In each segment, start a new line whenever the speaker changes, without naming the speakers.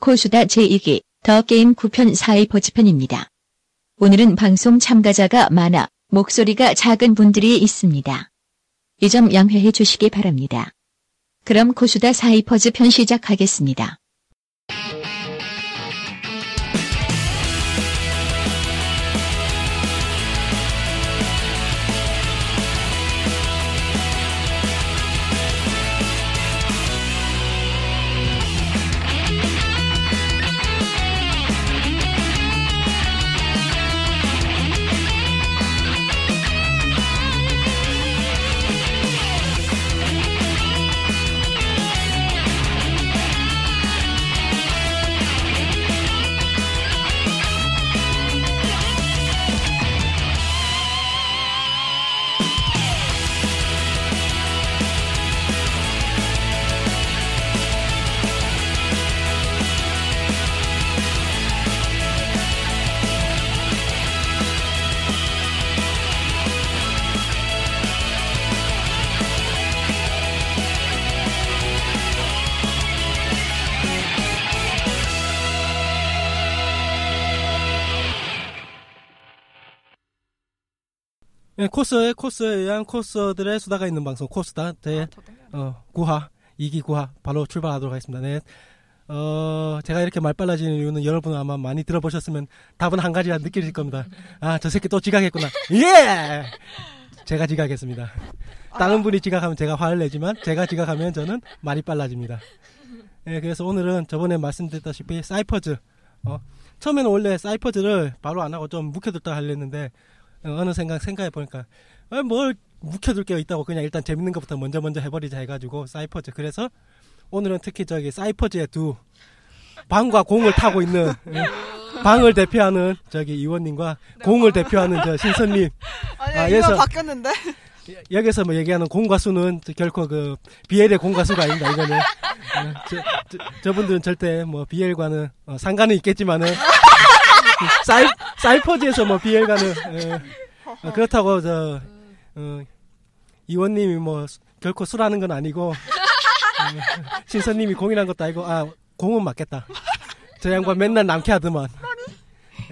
코수다 제2기 더 게임 9편 4의 버지편입니다. 오늘은 방송 참가자가 많아 목소리가 작은 분들이 있습니다. 이 점 양해해 주시기 바랍니다. 그럼 코수다 4의 버지편 시작하겠습니다.
예, 코스에 코스에 의한 코스들의 수다가 있는 방송 코스다 대 어, 구화 이기 구화 바로 출발하도록 하겠습니다. 네. 어, 제가 이렇게 말 빨라지는 이유는 여러분은 아마 많이 들어보셨으면 답은 한 가지라 느껴질 겁니다. 아, 저 새끼 또 지각했구나. 예! 제가 지각했습니다. 다른 분이 지각하면 제가 화를 내지만 제가 지각하면 저는 말이 빨라집니다. 예, 그래서 오늘은 저번에 말씀드렸다시피 사이퍼즈. 어, 처음에는 원래 사이퍼즈를 바로 안 하고 좀 묵혀뒀다 하려 했는데 어, 어느 생각 생각해 보니까 아, 뭘 묵혀둘 게 있다고 그냥 일단 재밌는 것부터 먼저 먼저 해버리자 해가지고 사이퍼즈 그래서 오늘은 특히 저기 사이퍼즈의 두 방과 공을 타고 있는 예, 방을 대표하는 저기 이원님과 공을 대표하는 저 신선님
아니
아,
이거
그래서-
바뀌었는데
예, 여기서 뭐 얘기하는 공과 수는 저- 결코 그 BL의 공과 수가 아닙니다 이거는 예, 저, 분들은 절대 뭐 BL과는 상관은 있겠지만은 사이 사이퍼즈에서 뭐 BL과는 어, 그렇다고 저 어, 이원님이 뭐 수- 결코 술하는 건 아니고 어, 신선님이 공이란 것도 아니고 아 공은 맞겠다 저 양반 맨날 남캐 하더만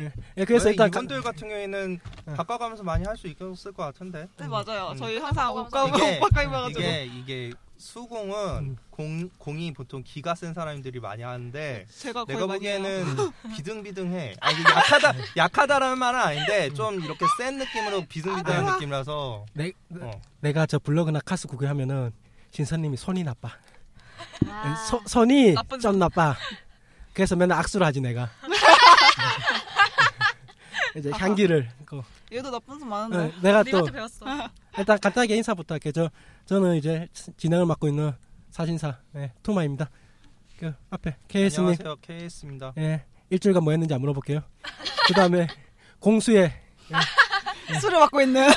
예, 예, 그래서 일단 가- 네.
이분들 같은 경우에는 바꿔가면서 많이 할 수 있었을 것 같은데.
네 맞아요
음.
저희
어,
항상 옷과
이게-
옷바꿔 입어가지고
이게 이게 수공은
음.
공 공이 보통 기가 센 사람들이 많이 하는데
제가 네. 아, 거의
내가
많이 해요.
보기에는 비등비등해. 아 이게 약하다 약하다라는 말은 아닌데
음.
좀 이렇게 센 느낌으로 비등비등한
아.
느낌이라서.
내,
어.
내가 저 블로그나 카스 구경하면은 신선님이 손이 나빠. 서- 손이
나쁜
좀 나빠. 그래서 맨날 악수를 하지 내가. 이제 향기를. 그,
얘도 나쁜 손
어,
네,
많은데
내가 또
우리한테 배웠어.
음.
일단 간단하게 인사부터 할게요. 저, 저는 이제 스- 진행을 맡고 있는 사진사 예, 토마입니다. 그 앞에 KS님
안녕하세요 KS입니다.
예, 일주일간 뭐 했는지 안 물어볼게요. 그 다음에 공수의
술을 받고
네.
있는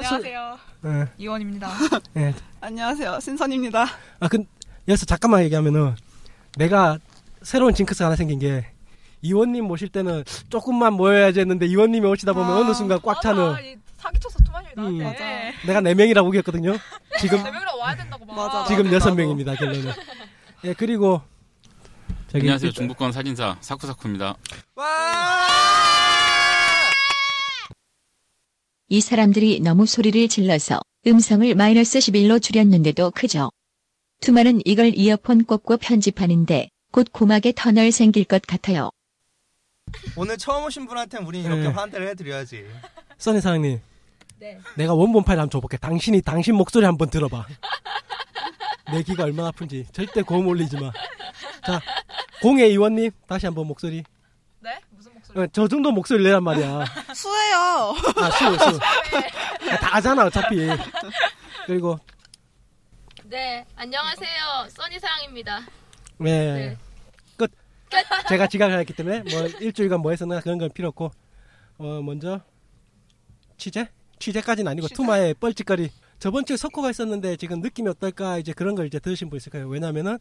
안녕하세요.
예,
이원입니다.
예,
안녕하세요 신선입니다
아, 근 여기서 잠깐만 얘기하면은 내가 새로운 징크스가 하나 생긴 게 이원님 모실 때는 조금만 모여야지 했는데 이원님이 오시다 보면
아,
어느 순간 꽉 차는
맞아, 이 사기쳤어 토마님이
음.
나한테.
내가 네 명이라고 얘기했거든요. 지금
네 명이랑 와야 된다고 막.
맞아.
지금
나도,
여섯
나도.
명입니다 결론은. 예 그리고 저기
안녕하세요.
일단-
중부권 사진사 사쿠사쿠입니다.
와!
이 사람들이 너무 소리를 질러서 음성을 마이너스 11로 줄였는데도 크죠. 투마는 이걸 이어폰 꽂고 편집하는데 곧 고막에 터널 생길 것 같아요.
오늘 처음 오신 분한테는 우린 이렇게
네.
환대를 해드려야지.
써니 사장님
네.
내가 원본 파일 한번 줘볼게. 당신이 당신 목소리 한번 들어봐. 내 귀가 얼마나 아픈지 절대 고음 올리지 마. 자 공의 이원님 다시 한번 목소리.
네? 무슨 목소리?
어, 저 정도 목소리 내란 말이야.
수예요
아, 수, 수. 아, 다 아잖아, 어차피. 그리고,
네, 안녕하세요. 써니 사랑입니다.
예. 끝. 제가 지각을 했기 때문에, 뭐, 일주일간 뭐 했었나 그런 건 필요 없고, 어, 먼저, 취재? 취재까지는 아니고, 투마의 뻘짓거리. 저번 주에 석호가 있었는데, 지금 느낌이 어떨까, 이제 그런 걸 이제 들으신 분 있을 거예요. 왜냐면은,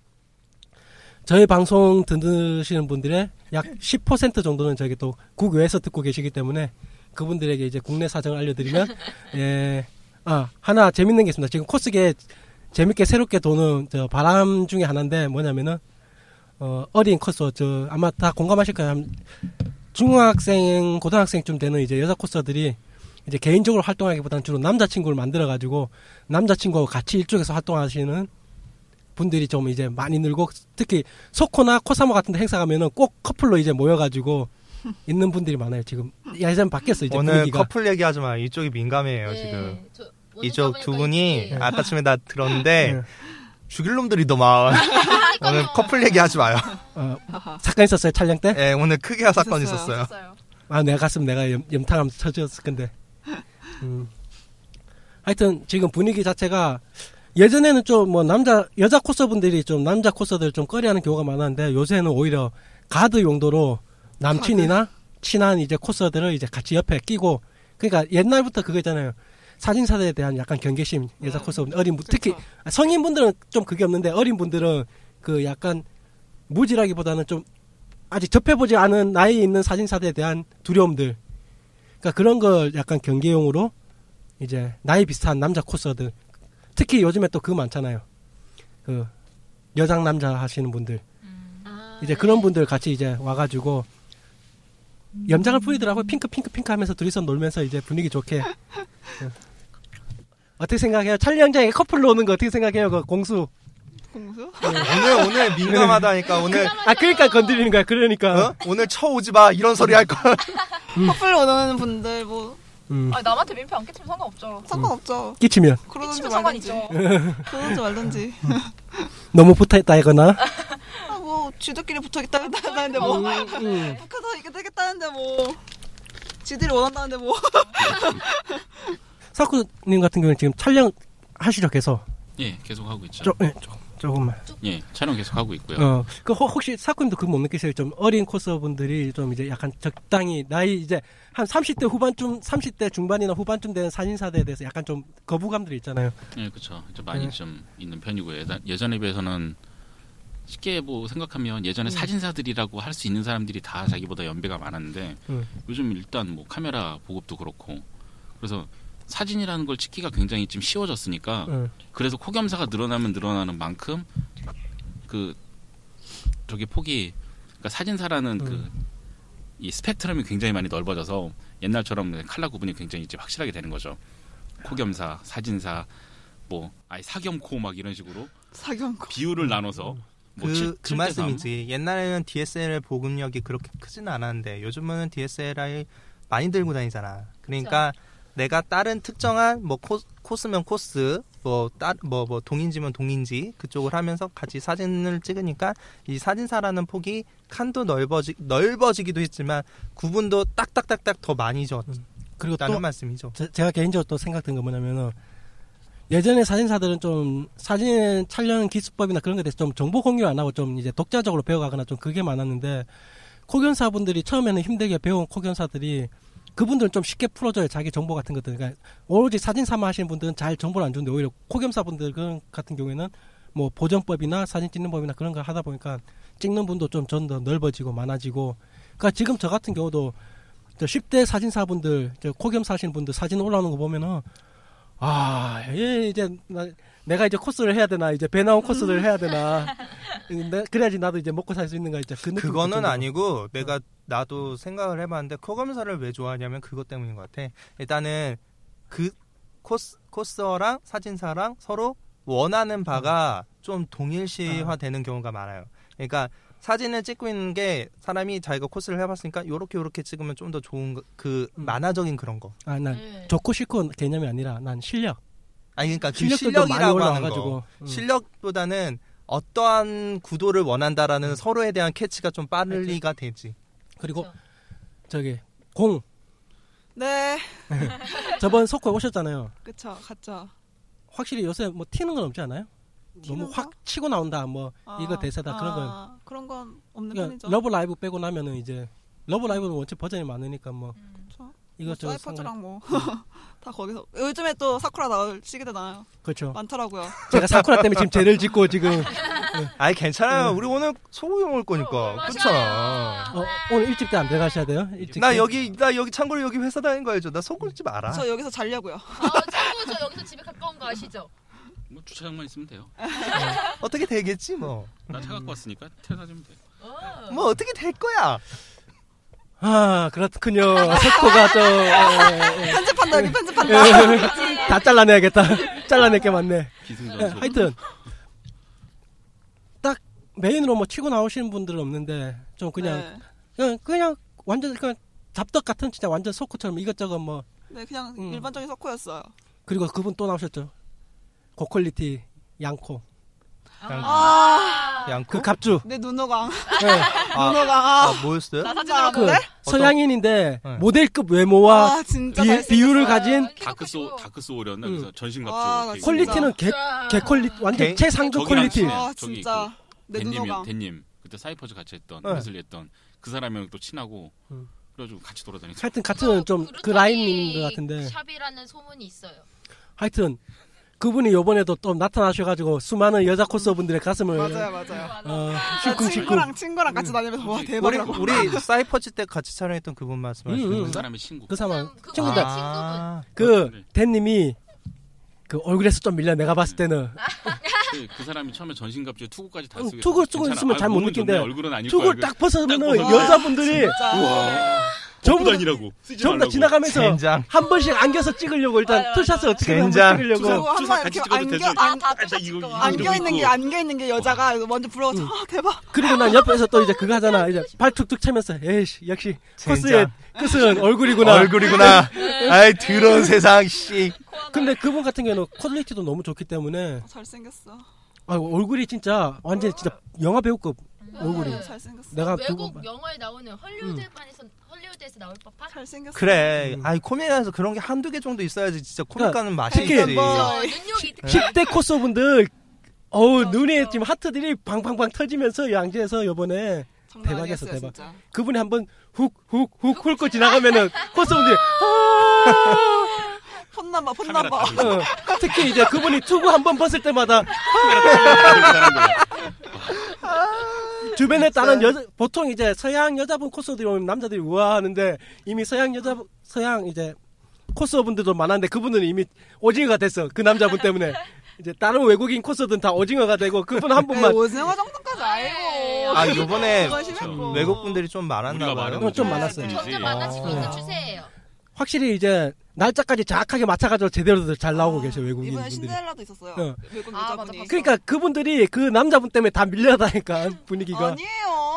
저희 방송 듣으시는 분들의 약 10% 정도는 저기 또 국외에서 듣고 계시기 때문에 그분들에게 이제 국내 사정을 알려드리면 예, 아 하나 재밌는 게 있습니다. 지금 코스계 재밌게 새롭게 도는 저 바람 중에 하나인데 뭐냐면은 어, 어린 코스 저 아마 다 공감하실 거예요. 한 중학생 고등학생쯤 되는 이제 여자 코스들이 이제 개인적으로 활동하기보다는 주로 남자친구를 만들어 가지고 남자친구하고 같이 일쪽에서 활동하시는 분들이 좀 이제 많이 늘고 특히 소코나 코사모 같은 데 행사 가면은 꼭 커플로 이제 모여 가지고 있는 분들이 많아요. 지금 예전 바뀌었어 이제
오늘
분위기가.
커플 얘기하지 마. 이쪽이 민감해요 지금.
네, 저- 오늘
이쪽 두
써보니까
분이 네,
이게-
아까쯤에 나 들었는데
예.
죽일 놈들이 더만
아,
아,
오늘 커플 얘기하지 마요.
어,
아하.
사건 있었어요 촬영 때?
예, 오늘 크게 사건
있었어요.
있었어요.
있어요.
아 내가 갔으면 내가 염, 염탕하면서 쳐줬을 건데 음. 하여튼 지금 분위기 자체가 예전에는 좀 뭐 남자 여자 코스분들이 좀 남자 코스들 좀 꺼려하는 경우가 많았는데 요새는 오히려 가드 용도로 남친이나 친한 이제 코스들을 이제 같이 옆에 끼고 그러니까 옛날부터 그거 있잖아요 사진사들에 대한 약간 경계심 여자
네.
코스분 어린 분 특히
그렇죠.
성인분들은 좀 그게 없는데 어린 분들은 그 약간 무지라기보다는 좀 아직 접해보지 않은 나이에 있는 사진사들에 대한 두려움들 그러니까 그런 걸 약간 경계용으로 이제 나이 비슷한 남자 코스들 특히 요즘에 또 그거 많잖아요 그 여장 남자 하시는 분들
아,
이제 그런 분들 같이 이제 와가지고 염장을
음.
뿌리더라고요 핑크 핑크 핑크 하면서 둘이서 놀면서 이제 분위기 좋게 예. 어떻게 생각해요 찰리 형장에 커플로 오는 거 어떻게 생각해요 그 공수
공수?
오늘 오늘 민감하다니까 오늘
아 그러니까 건드리는 거야 그러니까
어? 오늘 쳐오지 마 이런 소리 할 걸. 음.
커플 오는 분들 뭐
음.
아니 남한테 민폐 안 끼치면 상관없죠.
음.
상관없죠.
끼치면 네.
그러든지
끼치면 상관
말든지.
있죠.
그러든지 말든지.
음.
너무 붙어있다거나
아, 뭐 쥐들끼리 붙어있다는데 뭐.
음.
북한에서 이렇게 되겠다는데 뭐. 지들이 원한다는데 뭐.
사쿠님 같은 경우는 지금 촬영 하시죠 계속
예, 계속 하고 있죠.
조, 예, 조, 조금만
예, 촬영 계속 하고 있고요.
어그 혹시 사쿠님도 그거 못 느끼세요 좀 어린 코스분들이 좀 이제 약간 적당히 나이 이제 한 30대 후반쯤 30대 중반이나 후반쯤 되는 사진사대에 대해서 약간 좀 거부감들이 있잖아요
예, 그렇죠. 좀 많이
네.
좀 있는 편이고요. 예전- 예전에 비해서는 쉽게 뭐 생각하면
음.
예전에 사진사들이라고 할 수 있는 사람들이 다 자기보다 연배가 많았는데
음.
요즘 일단 뭐 카메라 보급도 그렇고 그래서 사진이라는 걸 찍기가 굉장히 좀 쉬워졌으니까
응.
그래서 코겸사가 늘어나면 늘어나는 만큼 그 저기 폭이 그러니까 사진사라는 그
음.
이 스펙트럼이 굉장히 많이 넓어져서 옛날처럼 칼라 구분이 굉장히 이제 확실하게 되는 거죠. 코겸사, 사진사, 뭐 아예 사겸코 막 이런 식으로
사경고.
비율을 나눠서 뭐
그,
칠-
그
칠대 삼.
말씀이지. 옛날에는 DSLR 보급력이 그렇게 크진 않았는데 요즘은 DSLR 많이 들고 다니잖아. 그러니까 내가 다른 특정한 뭐 코, 코스면 코스, 뭐, 따, 뭐, 뭐 동인지면 동인지 그쪽을 하면서 같이 사진을 찍으니까 이 사진사라는 폭이 칸도 넓어지, 넓어지기도 했지만 구분도 딱딱딱딱 더 많이 졌다는
그리고 또
말씀이죠.
제- 제가 개인적으로 또 생각든 거 뭐냐면은 예전에 사진사들은 좀 사진 촬영 기술법이나 그런 거에 대해서 좀 정보 공유 안 하고 좀 이제 독자적으로 배워가거나 좀 그게 많았는데 코견사 분들이 처음에는 힘들게 배운 코견사들이 그분들은 좀 쉽게 풀어줘요 자기 정보 같은 것들 그러니까 오로지 사진사만 하시는 분들은 잘 정보를 안 주는데 오히려 코겸사 분들 그런- 같은 경우에는 뭐 보정법이나 사진 찍는 법이나 그런 걸 하다 보니까 찍는 분도 좀 전 더 넓어지고 많아지고 그러니까 지금 저 같은 경우도 저 10대 사진사분들, 저 코겸사 하시는 분들 사진 올라오는 거 보면은, 아, 얘 이제, 나- 내가 이제 코스를 해야 되나, 이제 배 나온 코스를
음.
해야 되나. 내- 그래야지 나도 이제 먹고 살 수 있는 거 있죠. 그 느낌
그거는 아니고 내가 나도 생각을 해봤는데 코검사를 왜 좋아하냐면 그것 때문인 것 같아. 일단은 그 코스 코스어랑 사진사랑 서로 원하는 바가 좀 동일시화되는 경우가 많아요. 그러니까 사진을 찍고 있는 게 사람이 자기가 코스를 해봤으니까 요렇게 요렇게 찍으면 좀 더 좋은 거- 그
음.
만화적인 그런 거.
아, 난
음.
네.
좋고 싫고 개념이 아니라 난 실력.
아니 그러니까 그
실력도 좀 많이
실력이라고 하는 거.
올라와가지고. 음.
실력보다는 어떠한 구도를 원한다라는
음.
서로에 대한 캐치가 좀 빠르리가 되지.
그리고
그렇죠.
저기, 공.
네.
저번 석호에 오셨잖아요.
그쵸. 갔죠.
확실히 요새 뭐 튀는 건 없지 않아요? 너무
튀는 거?
확 치고 나온다, 뭐,
아,
이거 대세다, 그런 건.
아, 그런 건 없는
그러니까
편이죠. 뭐
러브 라이브 빼고 나면은 이제, 러브 라이브는 원체 버전이 많으니까 뭐,
그쵸.
이것저것. 음. 상관-
사이퍼즈랑 음. 뭐. 다 거기서 요즘에 또 사쿠라 나올 시기도 나요.
그렇죠.
많더라고요.
아.
제가 사쿠라 때문에 지금 죄를 짓고 지금
아니 괜찮아요. 우리 오늘 소고기 올 거니까.
맞아요.
그렇잖아.
어, 오늘 일찍 때 안 들어가셔야 돼요. 일찍.
나 여기 나 여기 참고로 여기 회사 다닌 거 알죠? 나 소고기집 알아.
저 여기서 자려고요.
아, 참고 저 여기서 집에 가까운 거 아시죠?
뭐 주차장만 있으면 돼요.
어떻게 되겠지 뭐.
나 차 갖고 왔으니까 차 사주면 돼.
뭐 어떻게 될 거야.
아, 그렇군요. 세코가 좀, 예, 예,
편집한다 여기 편집한다.
예. 다 잘라내야겠다. 잘라낼 게 많네. 예,
그렇죠.
기승전결.
하여튼 딱 메인으로 뭐 치고 나오시는 분들은 없는데 좀 그냥
네.
그냥, 그냥 완전 그냥 잡덕 같은 진짜 완전 소코처럼 이것저것 뭐
네, 그냥
음.
일반적인 석호였어요.
그리고 그분 또 나오셨죠 고퀄리티 양코
아,
양코.
그 갑주
내 눈호강.
예,
아,
눈호강.
아 뭐였어요?
나 사진
아,
나왔는데?
그 서양인인데
네.
모델급 외모와
아, 진짜
비,
잘생겼어요.
비율을 가진
다크 소 다크 소울이었나
음.
그래서 전신
아,
와, 나
갑주.
퀄리티는 개, 개 퀄리 완전
개-
최상급
저기랑
퀄리티
친해.
아,
저기 그
진짜 내
대님이요
눈호강.
대님 그때 사이퍼즈 같이 했던
네.
회슬리 했던 그 사람이랑 또 친하고
음.
그래가지고 같이 돌아다니죠.
하여튼
어,
같은 좀 그 라인인 것 같은데
샵이라는 소문이 있어요.
하여튼 그분이 요번에도 또 나타나셔가지고 수많은 여자 코스분들의 가슴을
맞아요, 맞아요.
어,
나
실궁실궁
친구랑 친구랑
음.
같이 다니면서
음.
와
우리
대박이라고.
우리 사이퍼즈 때 같이 촬영했던 그분
음,
말씀하시는
음.
그
거예요?
사람의 친구.
그 사람
그럼 그거는
친구들
아,
그 대님이 그 얼굴에서 좀 밀려 내가 봤을 때는
그, 그 사람이 처음에 전신 갑주에 투구까지 다
응,
쓰고
투구
있어서
쓰고
괜찮아.
있으면 잘못
몸은
느낀대요.
좋네. 얼굴은 아닐
투구를
거야.
딱 벗으면 은
그러니까 딱 벗으면
여자분들이
우와.
전부
전부
다-
다니라고. 쓰지
전부 다
말라고.
지나가면서
젠장.
한 번씩 안겨서 찍으려고
맞아,
일단
맞아.
투샷을 어떻게 한번
젠장.
찍으려고
그리고
뭐, 주사
한번
같이
이렇게
찍어도
안겨
되죠? 아,
안,
다
나 이거
똑같이
안겨
이러고
있는
있고.
게 안겨 있는 게 여자가
음.
완전 부러워서 아 대박.
그리고 난 옆에서 또 이제 그거 하잖아 이제 발 툭툭 차면서 에이씨 역시
젠장.
코스의 끝은 얼굴이구나
얼굴이구나. 아이 더러운 세상 씨.
근데 그분 같은 경우는 퀄리티도 너무 좋기 때문에
잘생겼어.
아, 얼굴이 진짜 완전 진짜 영화 배우급 얼굴이 네.
음.
네, 잘생겼어.
내가 아, 그거
외국
봐.
영화에 나오는 헐리우드판에서 헐리우드에서 나올 법한
네.
잘생겼어.
그래.
음.
아이 코믹에서 그런 게 한두 개 정도 있어야지 진짜 코믹
그러니까
가는 맛이
특히
있지.
뭐-
어,
네.
눈요기 특히
10대 코스분들 어우
아,
눈에
진짜.
지금 하트들이 방방방 터지면서 양재에서 요번에
장난
대박이었어,
아니었어요,
대박.
진짜.
그분이 한번 훅 훅 훅 훑고 지나가면은 코스분들이 아~
폰나봐
카메라
폰나봐.
다 들고
어, 특히 이제 그분이 투구 한 번 벗을 때마다 주변에 다른 여 보통 이제 서양 여자분 코스들이 오면 남자들이 우와 하는데 이미 서양 여자 서양 이제 코스분들도 많았는데 그분은 이미 오징어가 됐어 그 남자분 때문에 이제 다른 외국인 코스들은 다 오징어가 되고 그분 한
에이,
분만
오징어 정도까지 알고.
아 요번에
그거 심했고.
외국 분들이 좀
우리가
많았나 봐요.
말하는 거지. 네.
좀 많았어요.
점점
뿐이지.
많아지고
어.
있는 추세예요.
확실히 이제 날짜까지 정확하게 맞춰가지고 제대로 잘 나오고
아,
계세요 외국인
이번에
분들이
신데렐라도 있었어요.
어.
외국
아, 맞아,
여자분이.
봤어.
그러니까 그분들이 그 남자분 때문에 다 밀려다니까 분위기가
아니에요.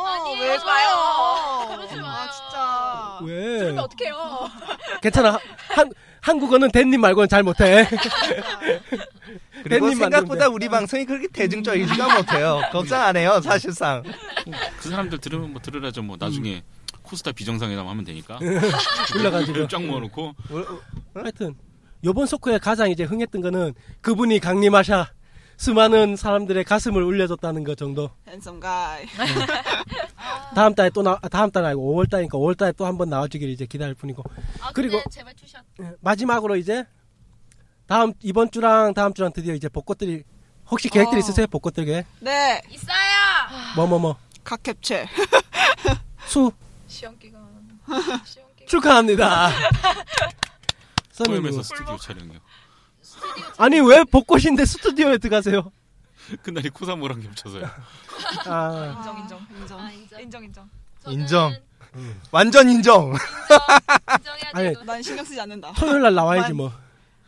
아니에요.
왜
그러지
봐요?
마요. 그러지 마요.
아 진짜.
왜
그러면 어떡해요?
아,
괜찮아. 한, 한국어는 댄님 말고는 잘 못해.
그리고
팬님
생각보다
만드는데. 음.
우리 방송이 그렇게 대중적이지가 못해요. 걱정 안 해요 사실상.
그 사람들 들으면 뭐 들으라죠. 뭐 나중에
음.
코스타 비정상회담 하면 되니까.
네. 올라가지고.
쫙 모아놓고
음. 하여튼 요번 소크의 가장 이제 흥했던 거는 그분이 강림하샤 수많은 사람들의 가슴을 울려줬다는 것 정도.
핸섬 가이.
아. 다음 달에 또 나, 아, 다음 달 아니고 5월 달이니까 5월 달에 또 한 번 나와주길 이제 기다릴 뿐이고
아,
그리고-
근데 제발 투샷.
예, 마지막으로 이제 다음 이번 주랑 다음 주랑 드디어 이제 벚꽃들이 혹시 계획들
어.
있으세요? 벚꽃들 계획?
네.
아,
있어요.
뭐뭐뭐
각 캡체.
수
시험 기간. 시험 기간.
축하합니다. 써니 누구?
포엠에서 스튜디오 촬영이요.
스튜디오
아니 왜 벚꽃인데 스튜디오에 들어가세요?
그날이 코사모랑 겹쳐서요.
아.
인정 인정.
인정.
아, 인정.
인정 인정.
저는
인정. 완전 인정.
인정해야
아니,
돼요.
난 신경 쓰지 않는다.
토요일 날 나와야지 뭐.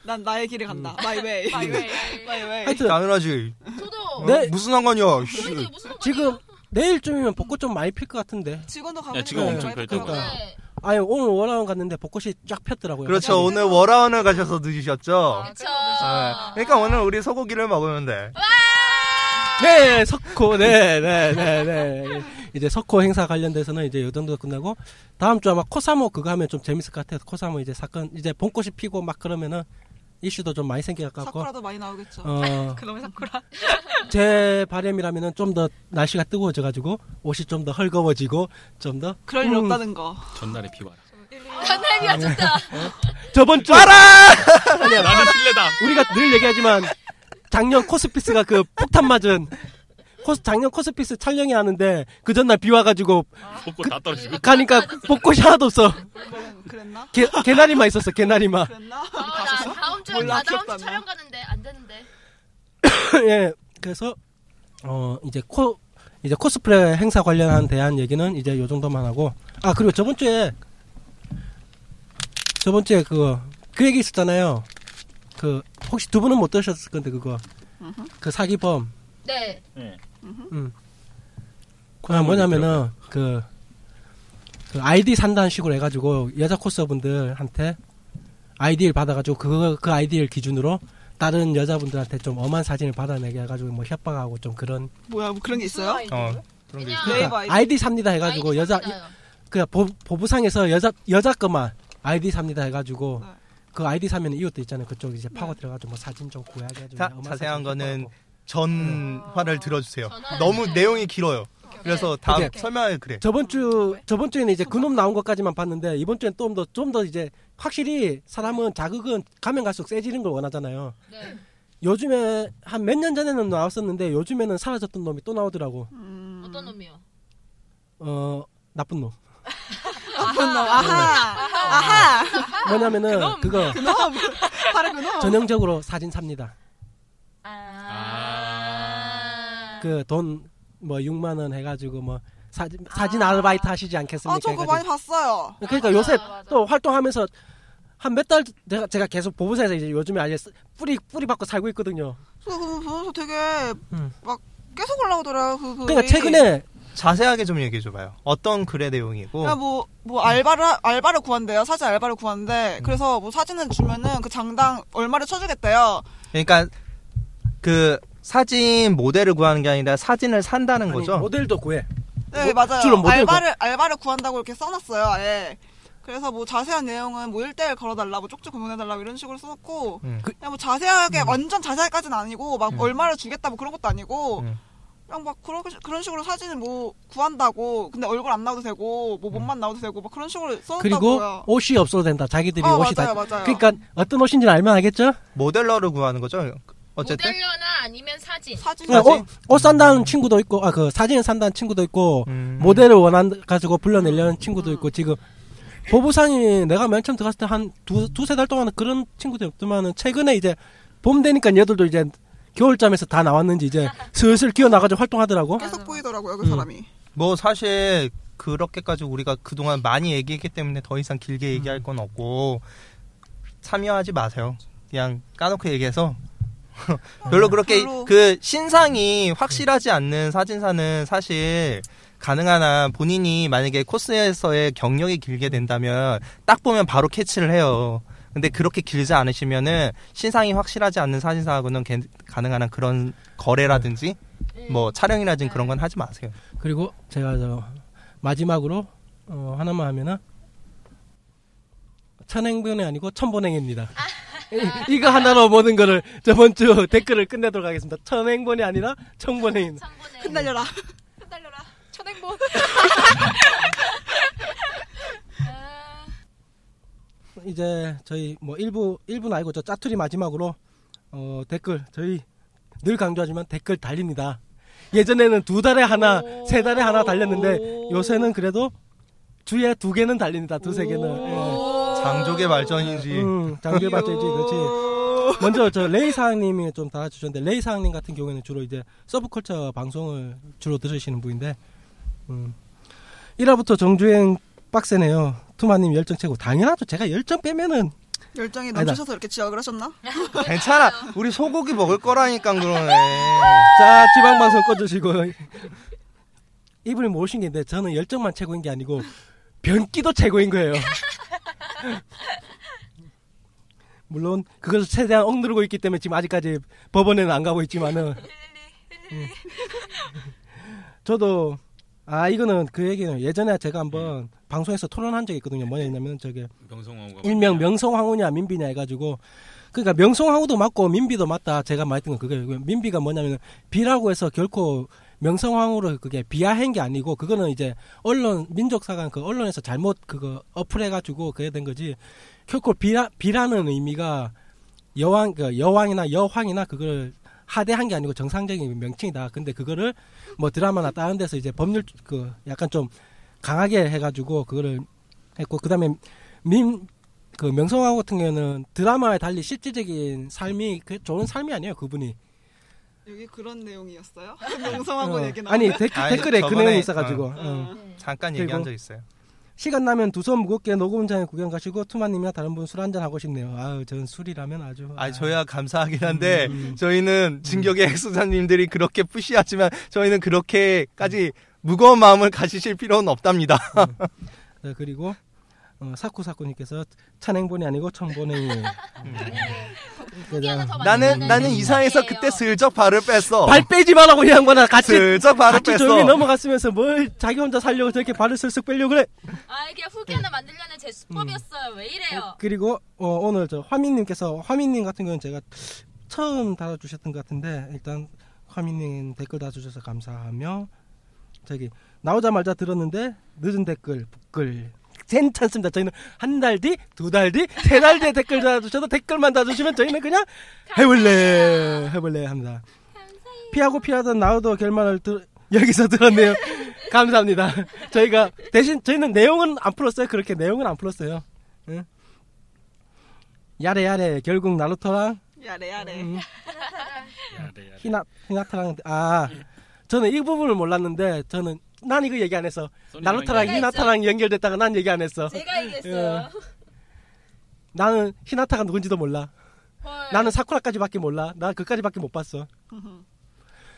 난 나의 길을 간다.
음.
마이 웨이.
아, 예,
마이 웨이.
마이 웨이.
하여튼
당연하지.
예. 저도
네.
무슨 상관이야.
저희도 무슨 상관이에요?
그 지금 내일쯤이면 벚꽃 좀 많이 필 것 같은데.
직원도 가고 그러니까
야, 직원
있는데
엄청
와이프
펼 거야.
가고.
네.
아니 오늘 월화원 갔는데 벚꽃이 쫙 폈더라고요.
그렇죠. 오늘 워라원을 가셔서 늦으셨죠.
아,
그쵸.
네. 그러니까 오늘 우리 소고기를 먹으면 돼.
네, 석호, 네, 네, 네, 네. 이제 석호 행사 관련돼서는 이제 요 정도 끝나고 다음 주 아마 코사모 그거 하면 좀 재밌을 것 같아요. 코사모 이제 사건 이제 봄꽃이 피고 막 그러면은 이슈도 좀 많이 생길 것 같고.
사쿠라도 많이 나오겠죠.
네. 어,
그놈의 사쿠라.
제 바람이라면은 좀 더 날씨가 뜨거워져가지고 옷이 좀 더 헐거워지고 좀 더 음,
그럴 일 없다는 거.
전날에 비 와라.
전날이야 좋다.
저번 주
나는 실례다.
우리가 늘 얘기하지만 작년 코스피스가 그 폭탄 맞은 코스 작년 코스피스 촬영이 하는데 그 전날 비 와가지고
벚꽃
그
다 떨어지고.
가니까 벚꽃이 하나도 없어
그랬- 그랬나?
개, 개나리만 있었어 개나리만
그랬나?
아, 나 다음 주에
몰라,
나 다음
기억도
주
안 나.
촬영 가는데 안 되는데.
예. 그래서 어 이제 코 이제 코스프레 행사 관련한 대한 얘기는 이제 요 정도만 하고 아 그리고 저번 주에 저번 주에 그거 그 얘기 있었잖아요. 그 혹시 두 분은 못 들으셨을 건데 그거 그 사기범
네.
네.
음. 아, 뭐냐면은 그, 그 아이디 산다는 식으로 해가지고 여자 코스분들한테 아이디를 받아가지고 그그 그 아이디를 기준으로 다른 여자분들한테 좀 엄한 사진을 받아내게 해가지고 뭐 협박하고 좀 그런
뭐야 뭐 그런 게
무슨
있어요?
아이디어요?
어 그런 게
그냥
있어요.
네이버
그러니까
아이디.
아이디 삽니다 해가지고
아이디
여자
찾아요.
그 보, 보부상에서 여자 여자 것만 아이디 삽니다 해가지고
네.
그 아이디 사면 이웃도 있잖아요 그쪽 이제 파고 들어가지고 뭐 사진 좀 구해야지 해가지고
자,
엄한
자세한
사진
거는
협박하고.
전 화를 들어주세요.
전화를
너무
해요.
내용이 길어요. 그래서 다음
오케이.
설명을 그래.
저번 주
네.
저번 주에는
어,
이제 그놈 나온 것까지만 봤는데 이번 주엔 좀더 좀 더 이제 확실히 사람은 자극은 가면 갈수록 세지는 걸 원하잖아요.
네.
요즘에 한 몇 년 전에는 나왔었는데 요즘에는 사라졌던 놈이 또 나오더라고.
어떤 놈이요?
어 나쁜 놈.
네. 아하. 아하.
뭐냐면은 그거
그놈. 바로 그놈.
전형적으로 사진 삽니다.
아.
그 돈 뭐 6만 원 해가지고 뭐 사진 사진 아르바이트 하시지 않겠습니까?
아 저거
해가지고.
많이 아, 봤어요.
그러니까 요새 또 활동하면서 한 몇 달 제가 제가 계속 보부사에서 이제 요즘에 아예 쓰- 뿌리 뿌리 받고 살고 있거든요.
저 그거 뭐 보면서 되게
음.
막 계속 올라오더라. 그 글이.
그러니까 최근에
자세하게 좀 얘기해 줘봐요. 어떤 글의 내용이고
그러니까 뭐, 뭐 알바를 하- 알바를 구한대요. 사진 알바를 구하는데 그래서 뭐 사진을 주면은 그 장당 얼마를 쳐주겠대요.
그러니까 그 사진 모델을 구하는 게 아니라 사진을 산다는
아니,
거죠.
모델도 구해.
네
뭐,
맞아요.
줄은 못 들고.
알바를 알바를 구한다고 이렇게 써놨어요. 아예. 그래서 뭐 자세한 내용은 뭐 1대1 걸어달라, 뭐 쪽지 고민해달라 이런 식으로 써놓고
음.
그냥 뭐 자세하게 완전 자세하게까지는 아니고 막
음.
얼마를 주겠다 뭐 그런 것도 아니고
음.
그냥 막 그런 그런 식으로 사진을 뭐 구한다고 근데 얼굴 안 나와도 되고 뭐 몸만 나와도 되고 막 그런 식으로
음. 그리고
써놨다고요.
옷이 없어도 된다. 자기들이
어,
옷이 다.
맞아요, 맞아요.
그러니까 어떤 옷인지는 알면 알겠죠?
모델러를 구하는 거죠. 어쨌든
모델러나 아니면 사진.
사진
그냥 옷, 옷 산다는 친구도 있고, 아, 그 사진을 산다는 친구도 있고,
음.
모델을 원한 가지고 불러내려는 친구도 있고 지금 보부상이 내가 맨 처음 들어갔을 때 한 두 두 세 달 동안은 그런 친구들이 없더만은 최근에 이제 봄 되니까 얘들도 이제 겨울잠에서 다 나왔는지 이제 슬슬 기어 나가지고 활동하더라고.
계속 보이더라고요 그
음.
사람이.
뭐 사실 그렇게까지 우리가 그동안 많이 얘기했기 때문에 더 이상 길게
음.
얘기할 건 없고 참여하지 마세요. 그냥 까놓고 얘기해서 별로 그렇게
음, 별로.
그 신상이 확실하지 않는 사진사는 사실 가능한 한 본인이 만약에 코스에서의 경력이 길게 된다면 딱 보면 바로 캐치를 해요. 근데 그렇게 길지 않으시면은 신상이 확실하지 않는 사진사하고는 개- 가능한 한 그런 거래라든지
음.
뭐 촬영이라든지
네.
그런 건 하지 마세요.
그리고 제가 저 마지막으로 어, 하나만 하면은 천행분이 아니고 천번행입니다. 이- 이거 하나로 모든 거를 저번 주 댓글을 끝내도록 하겠습니다. 천행번이 아니라 천번행입니다.
참고네.
흩날려라.
음.
흩날려라. 천행본.
아,
이제 저희 뭐 일부 일부 아니고 저 짜투리 마지막으로 어, 댓글 저희 늘 강조하지만 댓글 달립니다. 예전에는 두 달에 하나, 세 달에 하나 달렸는데 요새는 그래도 주에 두 개는 달립니다. 두세 개는. 예.
장족의 발전이지.
음, 장비의 발전이지, 그렇지. 먼저 저 레이 사장님이 좀 달아주셨는데 레이 사장님 같은 경우에는 주로 이제 서브컬처 방송을 주로 들으시는 분인데 음, 1화부터 정주행 빡세네요. 투마님 열정 최고. 당연하죠. 제가 열정 빼면은
열정이
아니다.
넘치셔서 이렇게 지각을 하셨나?
괜찮아. 우리 소고기 먹을 거라니까 그러네.
자 지방 방송 꺼주시고 이분이 모신 게 있는데 저는 열정만 최고인 게 아니고 변기도 최고인 거예요. 물론 그것을 최대한 억누르고 있기 때문에 지금 아직까지 법원에는 안 가고 있지만은 예. 저도 아 이거는 그 얘기는 예전에 제가 한번 방송에서 토론한 적이 있거든요. 뭐냐면 저게
명성황후가
그 일명 명성황후냐 민비냐 해가지고 그러니까 명성황후도 맞고 민비도 맞다 제가 말했던 건 그거예요 민비가 뭐냐면 비라고 해서 결코 명성황후를 그게 비하한 게 아니고 그거는 이제 언론 민족사관 그 언론에서 잘못 그거 어플해가지고 그게 된 거지 결코 비라 비라는 의미가 여왕 그 여왕이나 여황이나 그걸 하대한 게 아니고 정상적인 명칭이다 근데 그거를 뭐 드라마나 다른 데서 이제 법률 그 약간 좀 강하게 해가지고 그거를 했고 그다음에 민, 그 명성황후 같은 경우는 드라마에 달리 실질적인 삶이 그 좋은 삶이 아니에요 그분이
여기 그런 내용이었어요? 농성하고 얘기 나오는
아니 댓,
아니,
댓글에 그
저번에-
내용이 있어가지고 어.
네.
잠깐
그리고-
얘기한 적 있어요.
시간 나면 두 손 무겁게 녹음장에 구경 가시고 투마님이나 다른 분 술 한잔 하고 싶네요. 아유 전 술이라면 아주
아, 저야 감사하긴 한데
음.
저희는 진격의 핵수사님들이 그렇게 푸시하지만 저희는 그렇게까지 무거운 마음을 가지실 필요는 없답니다.
네, 그리고 어, 사쿠 사쿠님께서 찬행본이 아니고 음. 청본이
후기 하나 더
나는
만들어내는
나는 이상해서
거예요.
그때 슬쩍 발을 뺐어.
음. 발 빼지 말라고 이 양반아 같이
슬쩍 발을
같이 조용히
뺐어.
넘어갔으면서 뭘 자기 혼자 살려고 저렇게 발을 슬슬 빼려고 그래.
아 이게 후기 하나 만들려는 제 수법이었어요. 왜 이래요?
음. 그리고 어, 오늘 저 화민님께서 화민님 같은 경우는 제가 처음 달아주셨던 것 같은데 일단 화민님 댓글 달아주셔서 감사하며 저기 나오자마자 들었는데 늦은 댓글 북글 괜찮습니다. 저희는 한 달 뒤, 두 달 뒤, 세 달 뒤에 댓글 달아주셔도 댓글만 달아주시면 저희는 그냥 해볼래 해볼래 합니다. 피하고 피하던 나우도 결말을 들, 여기서 들었네요. 감사합니다. 저희가 대신 저희는 내용은 안 풀었어요. 그렇게 내용은 안 풀었어요. 응? 야래 야래 결국 나루토랑
야래 야래
음, 히나 히나타랑 아 저는 이 부분을 몰랐는데 저는 난 이거 얘기 안 했어. 나루토랑
연결-
히나타랑 연결됐다가 난 얘기 안 했어.
제가
예.
얘기했어요.
나는 히나타가 누군지도 몰라.
헐.
나는 사쿠라까지밖에 몰라. 나 그까지밖에 못 봤어.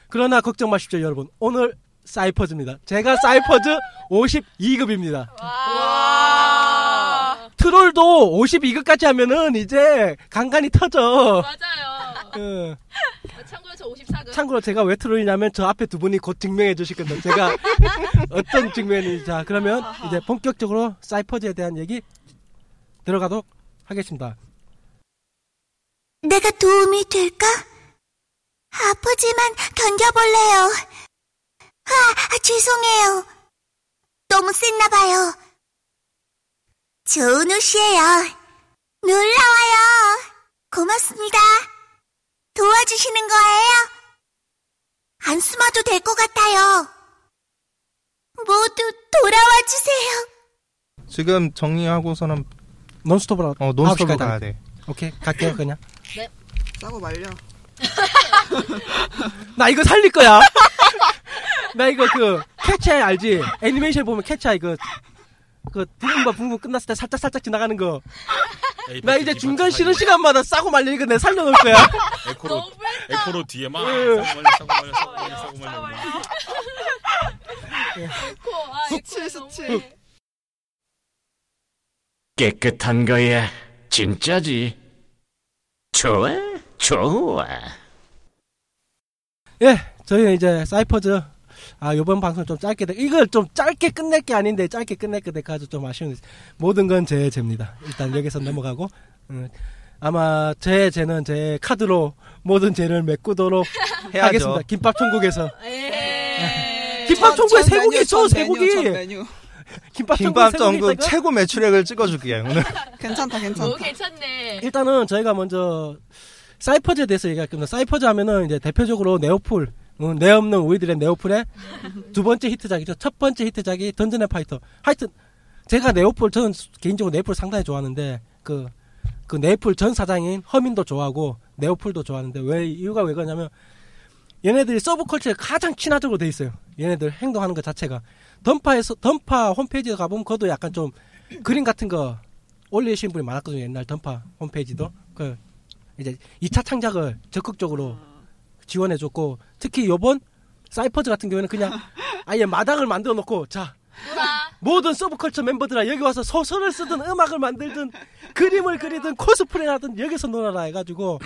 그러나 걱정 마십시오, 여러분. 오늘 사이퍼즈입니다. 제가 사이퍼즈 52급입니다.
아. 와.
트롤도 52급까지 하면은 이제 간간이 터져.
맞아요.
예.
참고로 저 54급.
참고로 제가 왜 트롤이냐면 저 앞에 두 분이 곧 증명해 주실 건데 제가 어떤 증명인지 자 그러면 이제 본격적으로 사이퍼즈에 대한 얘기 들어가도록 하겠습니다.
내가 도움이 될까? 아프지만 견뎌볼래요. 아, 죄송해요. 너무 셌나봐요. 좋은 옷이에요. 놀라워요. 고맙습니다. 도와주시는 거예요? 안 숨어도 될 것 같아요. 모두 돌아와 주세요.
지금 정리하고서는
논스톱으로
어, 논스톱으로
9시까지
가야
할게요.
돼.
오케이 갈게요 그냥.
싸고 말려
나 이거 살릴 거야. 나 이거 그 캐치아이 알지? 애니메이션 보면 캐치아이 그. 그 붕붕바 붕붕 끝났을 때 살짝 살짝 지나가는 거. 나 이제 중간 쉬는 시간마다 싸고 말리니까 내가 살려놓을 거야.
에코로
너무했다.
에코로 뒤에 막
예.
싸고 말려 싸고 말려 싸고 말려 싸고 말려
에코. 아,
수치,
에코
수치.
너무해.
깨끗한 거야. 진짜지. 좋아, 좋아.
예, 저희는 이제 사이퍼즈 아 이번 방송 좀 짧게 돼- 이걸 좀 짧게 끝낼 게 아닌데 짧게 끝낼 게 돼가지고 좀 아쉬운데 모든 건 제 죄입니다. 일단 여기서 넘어가고 음, 아마 제 죄는 제 카드로 모든 죄를 메꾸도록
해야죠.
하겠습니다. 김밥 천국에서
네. 에이.
김밥 천국에
네, 메뉴,
쇠고기 있어
전 메뉴, 전
쇠고기
메뉴.
김밥
김밥
천국에 쇠고기
전국
아, 있다가
최고 매출액을 찍어줄게요. 오늘
괜찮다 괜찮다
너무 괜찮네.
일단은 저희가 먼저 사이퍼즈에 대해서 얘기할 겁니다. 사이퍼즈 하면은 이제 대표적으로 네오풀, 음, 내 없는 우리들의 네오풀의 두 번째 히트작이죠. 첫 번째 히트작이 던전의 파이터. 하여튼 제가 네오풀 저는 수- 개인적으로 네오풀 상당히 좋아하는데 그, 그 네오풀 전 사장인 허민도 좋아하고 네오풀도 좋아하는데 왜 이유가 왜 그러냐면 얘네들이 서브컬처에 가장 친화적으로 돼 있어요. 얘네들 행동하는 것 자체가 던파에서 던파 홈페이지에 가보면 그것도 약간 좀 그림 같은 거 올리신 분이 많았거든요. 옛날 던파 홈페이지도 그 이제 2차 창작을 적극적으로
아.
지원해 줬고 특히 요번 사이퍼즈 같은 경우에는 그냥 아예 마당을 만들어 놓고 자
누나.
모든 서브컬처 멤버들아 여기 와서 소설을 쓰든 음악을 만들든 그림을 그리든 코스프레를 하든 여기서 놀아라 해가지고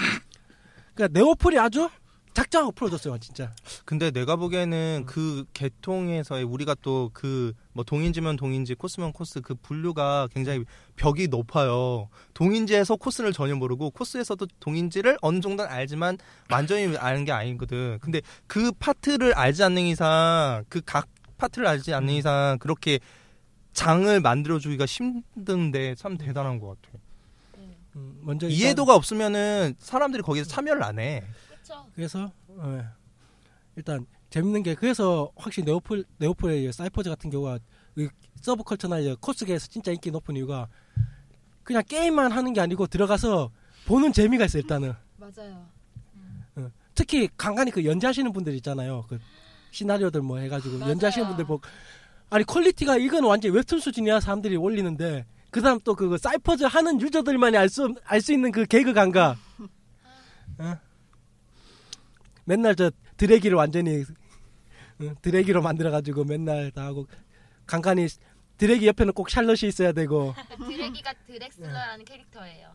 그러니까 네오플이 아주 작정하고 풀어줬어요 진짜
근데 내가 보기에는 그 계통에서의 우리가 또 그 뭐 동인지면 동인지 코스면 코스 그 분류가 굉장히 벽이 높아요. 동인지에서 코스를 전혀 모르고 코스에서도 동인지를 어느 정도는 알지만 완전히 아는 게 아니거든. 근데 그 파트를 알지 않는 이상 그 각 파트를 알지 않는 이상 그렇게 장을 만들어 주기가 힘든데 참 대단한 것 같아요.
음, 먼저 일단
이해도가 없으면은 사람들이 거기서 참여를 안 해.
그렇죠.
그래서 예. 일단 재밌는 게 그래서 확실히 네오폴 네오폴의 이 사이퍼즈 같은 경우가 이 서브컬처나 이제 코스계에서 진짜 인기 높은 이유가 그냥 게임만 하는 게 아니고 들어가서 보는 재미가 있어 요 일단은
맞아요.
특히 간간히 그 연재하시는 분들 있잖아요. 그 시나리오들 뭐 해가지고
맞아요.
연재하시는 분들 뭐 아니 퀄리티가 이건 완전 웹툰 수준이야 사람들이 올리는데 그 다음 또 그 사이퍼즈 하는 유저들만이 알 수 알 수 있는 그 개그 감각. 어? 맨날 저 드래기를 완전히 응, 드래기로 만들어가지고 맨날 다 하고 간간히 드래기 옆에는 꼭 샬럿이 있어야 되고
드래기가
네.
드렉슬러라는 캐릭터예요.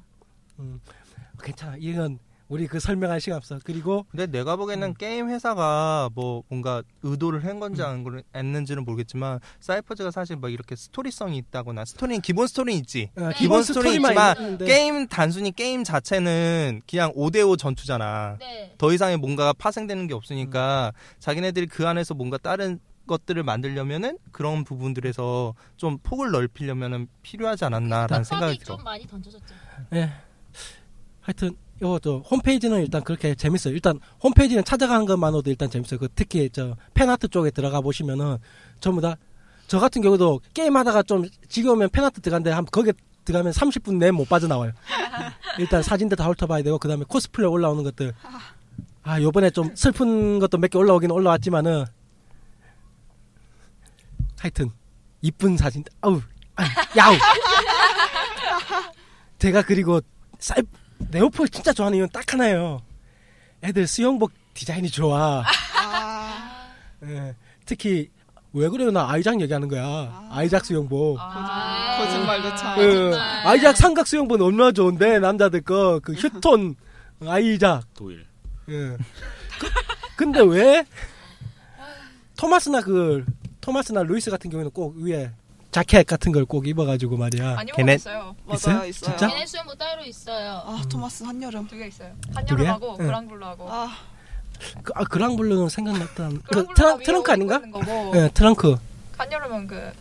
괜찮아 이건 우리 그 설명할 시간 없어 그리고
근데 내가 보기에는 게임 회사가 뭐 뭔가 의도를 한 건지 안 그런- 했는지는 모르겠지만 사이퍼즈가 사실 막 이렇게 스토리성이 있다거나 스토리는 기본 스토리 있지.
어,
기본 네. 스토리만 있지만
있는데
게임 단순히 게임 자체는 그냥 5대5 전투잖아.
네.
더 이상의 뭔가가 파생되는 게 없으니까 자기네들이 그 안에서 뭔가 다른 것들을 만들려면은 그런 부분들에서 좀 폭을 넓히려면은 필요하지
아,
않았나라는 생각이
컵이
들어.
좀 많이 던져졌죠.
예. 하여튼 이거 저 홈페이지는 일단 그렇게 재밌어요. 일단 홈페이지는 찾아가는 것만으로도 일단 재밌어요. 그 특히 저 팬아트 쪽에 들어가 보시면은 전부 다 저 같은 경우도 게임하다가 좀 지겨우면 팬아트 들어간데 한 거기에 들어가면 30분 내에 못 빠져나와요. 일단 사진들 다 훑어봐야 되고 그다음에 코스프레 올라오는 것들 아 요번에 좀 슬픈 것도 몇 개 올라오긴 올라왔지만은 하여튼 이쁜 사진 아우 아, 야우 제가 그리고 사이 네오폴 진짜 좋아하는 이유는 딱 하나예요. 애들 수영복 디자인이 좋아.
아,
예, 특히 왜 그래요? 나 아이작 얘기하는 거야. 아이작 수영복.
아,
거짓말도 참.
예, 아이작 삼각 수영복 얼마나 좋은데 남자들 거 그 휴톤 아이작.
도일.
예. 그- 근데 왜 토마스나 그 토마스나 루이스 같은 경우에는 꼭 위에 자켓 같은 걸 꼭 입어가지고 말이야.
안
걔네-
입어봤어요.
있어요?
맞아요, 있어요.
진짜?
걔네 수영복 따로 있어요.
아, 토마스 한여름.
두 개 있어요.
두 개야?
한여름하고
응.
그랑블루하고.
아,
그, 아, 그랑블루는 생각났다. 그
그랑블루가
트렁,
위에
트렁크
옷
아닌가?
입는 거고,
예, 트렁크.
한여름은 그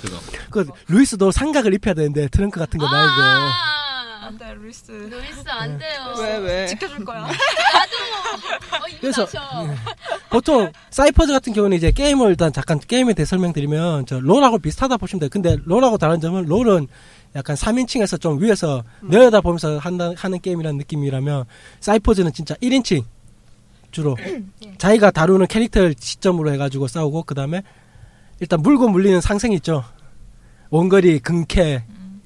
그거.
그 루이스도 삼각을 입혀야 되는데 트렁크 같은 거 말고
아,
안돼 루이스.
루이스 안
네.
돼요.
왜, 왜?
지켜줄 거야.
어, 입이
그래서- 예. 네.
나셔.
보통 사이퍼즈 같은 경우는 이제 게임을 일단 잠깐 게임에 대해 설명드리면 저 롤하고 비슷하다 보시면 돼요. 근데 롤하고 다른 점은 롤은 약간 3인칭에서 좀 위에서
음.
내려다 보면서 한다, 하는 게임이라는 느낌이라면 사이퍼즈는 진짜 1인칭 주로
음. 예.
자기가 다루는 캐릭터를 시점으로 해가지고 싸우고 그 다음에 일단 물고 물리는 상생 있죠. 원거리 근캐.
음.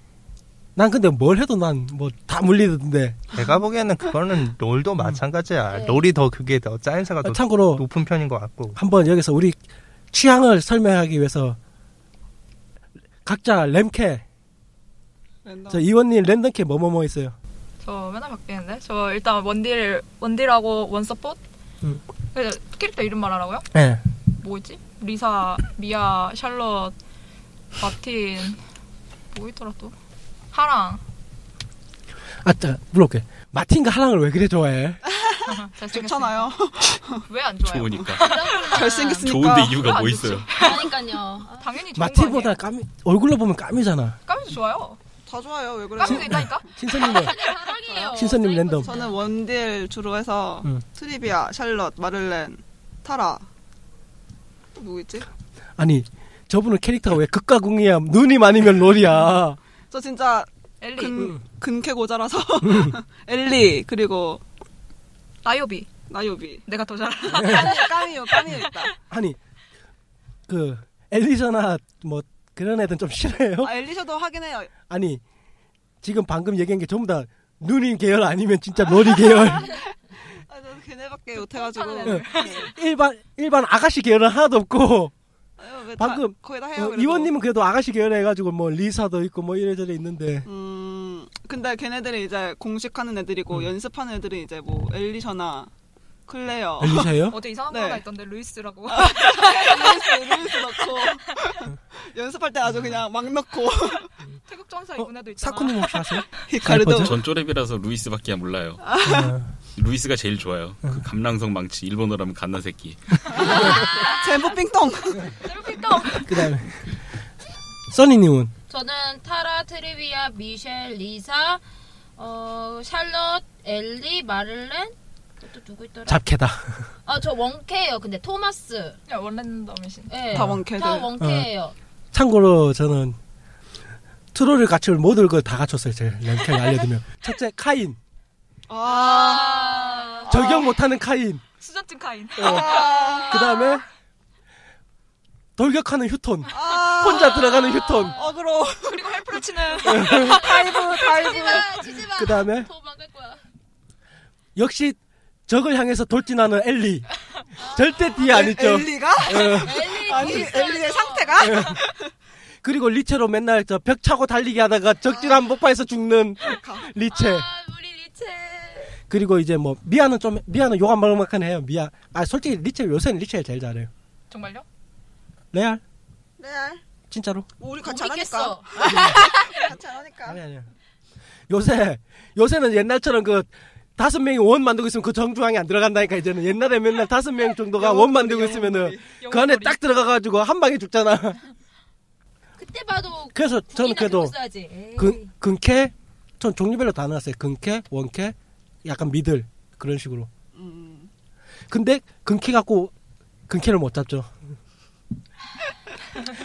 난 근데 뭘 해도 난 뭐 다 물리던데.
내가 보기에는 그거는 롤도 마찬가지야.
네.
롤이 더 그게 더 짜임새가 더
아, 참고로
높은 편인 것 같고.
한번 여기서 우리 취향을 설명하기 위해서 각자 램캐
랜덤.
저 이원님 랜덤캐 뭐뭐뭐 있어요
저 맨날 바뀌는데. 저 일단 원딜 원딜하고 원서포트.
응.
그 캐릭터 이름 말하라고요?
예
뭐지? 리사, 미아, 샬럿, 마틴. 뭐 있더라 또? 하랑.
아따 물어볼게 마틴과 하랑을 왜 그래 좋아해
잘생겼어요.
좋잖아요.
왜안 좋아요?
좋으니까.
잘생겼으니까.
좋은데 이유가 뭐
안
있어요?
그러니까요. 아,
당연히 좋은 거
마틴보다
아니에요?
까미 얼굴로 보면 까미잖아
까미도 좋아요.
다 좋아요. 왜 그래요?
까미도 있다니까?
신선님은
사랑해요.
신선님 랜덤
저는 원딜 주로 해서
음.
트리비아, 샬럿, 마를렌, 타라. 또 누구있지?
아니 저분은 캐릭터가 왜 극과 궁이야 눈이 많으면 롤이야
저 진짜
엘리,
근, 근캐 고자라서 엘리 그리고
라이오비.
나요비.
내가 더 잘.
네.
까미요, 까미요, 까미요 있다.
아니 그 엘리저나 뭐 그런 애들은 좀 싫어해요
아, 엘리셔도 하긴 해요.
아니 지금 방금 얘기한 게 전부 다 눈인 계열 아니면 진짜 롤이 계열
아, 저는
그
걔네밖에 못해가지고.
똥
파는 일반 일반 아가씨 계열은 하나도 없고
아유, 왜
방금,
다, 거의 다 해요.
어,
그래도.
이원님은 그래도 아가씨 계열 해가지고 뭐 리사도 있고 뭐 이래저래 있는데
음, 근데 걔네들이 이제 공식하는 애들이고
음.
연습하는 애들은 이제 뭐 엘리셔나 클레어,
아, 엘리샤예요?
어제 이상한
네. 아,
거가 있던데 루이스라고.
루이스, 루이스 넣고 연습할 때
음.
아주 그냥 막 넣고
태국 전사
어,
이분 애도 있잖아.
사쿠님 혹시 아세요?
히카르도
사이퍼즈?
전 쪼렙이라서 루이스밖에 몰라요.
어,
루이스가 제일 좋아요. 그 감랑성 망치. 일본어로 하면 갓나 새끼.
젠부 삥똥.
그다음에 써니님은
저는 타라, 트리비아, 미셸, 리사, 어, 샬럿, 엘리, 마를렌. 또 누구 있더라?
잡캐다.
아, 저 원캐예요. 근데 토마스.
야, 원랜덤이신.
예.
다 원캐들.
다
뭐.
원캐예요.
참고로 저는 트롤을 갖출 모든 걸 다 갖췄어요. 제 랭크를 알려드리면 첫째 카인,
아,
아,
적용 못하는 카인.
수전증 카인.
그 다음에
아.
돌격하는 휴톤.
아.
혼자 들어가는 휴톤.
어그로
그리고 헬프를 치는
다이브 다이브
치지마 치지마
그 다음에
도망갈 거야
역시 적을 향해서 돌진하는 엘리. 절대 뒤에 네, 안 있죠.
아, 엘리가
어,
엘리
아니
뒤에서
네.
엘리의
있어.
상태가
네. 그리고 리체로 맨날 저 벽 차고 달리기 하다가 적진한 폭파에서 죽는
그러니까.
리체.
아 우리 리체
그리고 이제 뭐 미아는 좀 미아는 욕한 말만큼 해요. 미아. 아 솔직히 리체 요새는 리체를 제일 잘해요.
정말요?
레알
네뭐
진짜로.
우리
못
같이 안 하니까
믿겠어
같이 안 하니까
아니 아니야. 요새 요새는 옛날처럼 그 다섯 명이 원 만들고 있으면 그 정중앙에 안 들어간다니까 이제는 옛날에 맨날 다섯 명 정도가 원 만들고 있으면은 그 안에 딱 들어가가지고 한 방에 죽잖아.
그때 봐도
그래서 저는
저는
그래도
그래도 써야지.
근 근캐 전 종류별로 다 나왔어요. 근캐, 원캐, 약간 미들 그런 식으로. 음. 근데 근캐 갖고 근캐를 못 잡죠.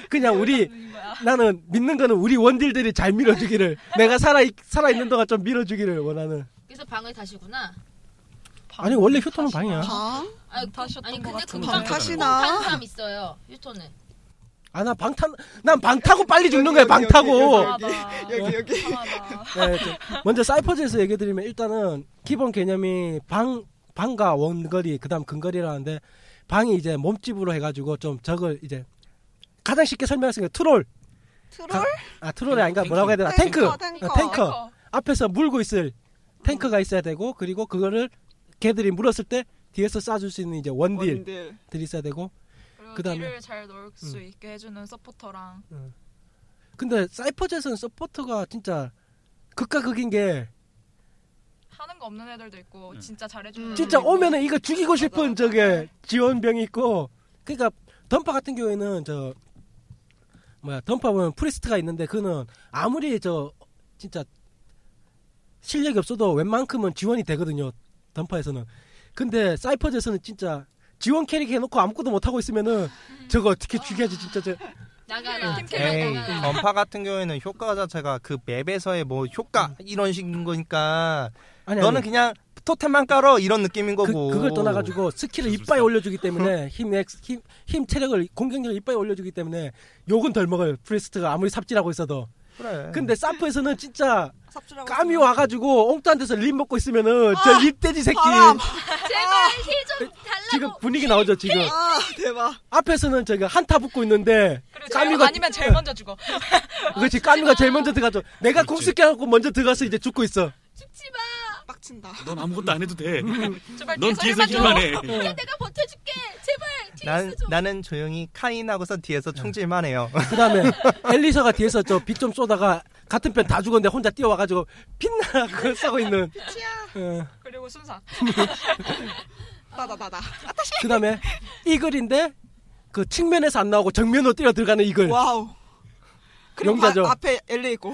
그냥 우리 나는 믿는 거는 우리 원딜들이 잘 밀어주기를 내가 살아 살아 있는 동안 좀 밀어주기를 원하는.
그래서 방을 다시구나
아니 원래 휴토는 방이야.
방
아니
다셨던
아니
것
근데
같은데.
금방
방타시나?
간 사람 있어요 유토는
아 나 방 타 난 방 타고 빨리 죽는 거야 방 타고.
이상하다.
여기 여기
이상하다.
네, 저- 먼저 사이퍼즈에서 얘기 드리면 일단은 기본 개념이 방 방과 원거리 그다음 근거리라는데 방이 이제 몸집으로 해가지고 좀 적을 이제 가장 쉽게 설명할 수 있는 게 트롤
트롤
아 트롤이 아닌가
탱크.
뭐라고 해야 되나 탱크
탱커,
어,
탱커.
탱커, 앞에서 물고 있을 탱크가 있어야 되고 그리고 그거를 걔들이 물었을 때 뒤에서 쏴줄 수 있는 이제 원딜들이
원딜
있어야 되고
그리고
그다음에- 음.
딜을 잘 넣을 수 있게 해주는 서포터랑
근데 사이퍼즈에서는 서포트가 진짜 극과 극인 게
하는 거 없는 애들도 있고 진짜 잘해주는.
음. 진짜
애들도 있고.
오면은 이거 죽이고 싶은
음. 맞아.
저게 지원병이 있고 그러니까 던파 같은 경우에는 저 뭐야 던파 보면 프리스트가 있는데 그는 아무리 저 진짜 실력이 없어도 웬만큼은 지원이 되거든요 던파에서는 근데 사이퍼즈에서는 진짜 지원 캐릭 해놓고 아무것도 못하고 있으면은 저거 어떻게 죽여야지 진짜 저
나가라 팀
에이, 음.
나가라
전파 같은 경우에는 효과 자체가 그 맵에서의 뭐 효과 이런 식인 거니까
음. 아니
너는
아니
그냥 토템만 깔어 이런 느낌인
그,
거고
그걸 떠나가지고 스킬을 이빨에 올려주기 때문에 힘, 엑- 힘, 힘 체력을 공격력을 이빨에 올려주기 때문에 욕은 덜 먹어요 프리스트가 아무리 삽질하고 있어도
그래.
근데 사프에서는 진짜
아,
삽질하고
까미
있어요.
와가지고 옹딴데서 림 먹고 있으면은 저 입돼지 새끼
바람.
제발 힐좀 달라고
그, 지금 분위기 나오죠 지금
아 대박
앞에서는 저희가 한타 붙고 있는데
그리고 제일-
까미가
아니면 제일 먼저 죽어.
그렇지 까미가 제일 먼저 들어가죠 내가 공수 깨갖고 먼저 들어가서 이제 죽고 있어
죽지마
빡친다
넌 아무것도 안 해도 돼.
제발
넌 뒤에서
힐만
힐만
줘.
해.
음.
야 내가 버텨줄게 제발
난,
뒤에서 좀
나는 조용히 카인하고서
음.
뒤에서 총질만 해요
그 다음에 엘리서가 뒤에서 저 빛 좀 쏘다가 같은 편 다 죽었는데 혼자 뛰어와가지고 빛나 그걸 싸고 있는 어.
그리고 순삭.
나다다다
그 다음에 이글인데 그 측면에서 안 나오고 정면으로 뛰어 들어가는 이글
와우 그리고
네. 용자죠.
바- 앞에 엘리 있고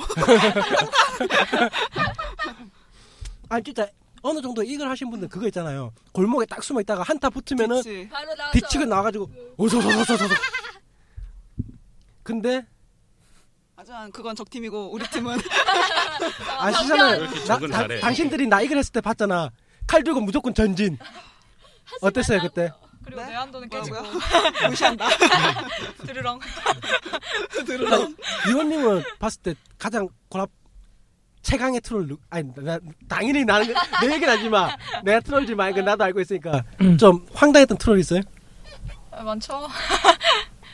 아니 진짜 어느 정도 이글 하신 분들 그거 있잖아요 골목에 딱 숨어 있다가 한타 붙으면은
그치.
바로 나와서
뒤치고 나와가지고 오소소소소소 근데
하지만 그건 적팀이고 우리 팀은
아시잖아요
왜 이렇게
나-
적은
다-
잘해?
당신들이 나 이글 했을 때 봤잖아 칼 들고 무조건 전진 어땠어요 그때
그리고
네?
내한도는
뭐야,
깨지고
무시한다
드르렁.
이원님은 그러니까 봤을 때 가장 고랍 최강의 트롤 누- 아니 나- 당연히 나는 그, 내 얘기는 하지마 내가 트롤지 말고 나도 알고 있으니까 좀 황당했던 트롤 있어요?
아, 많죠.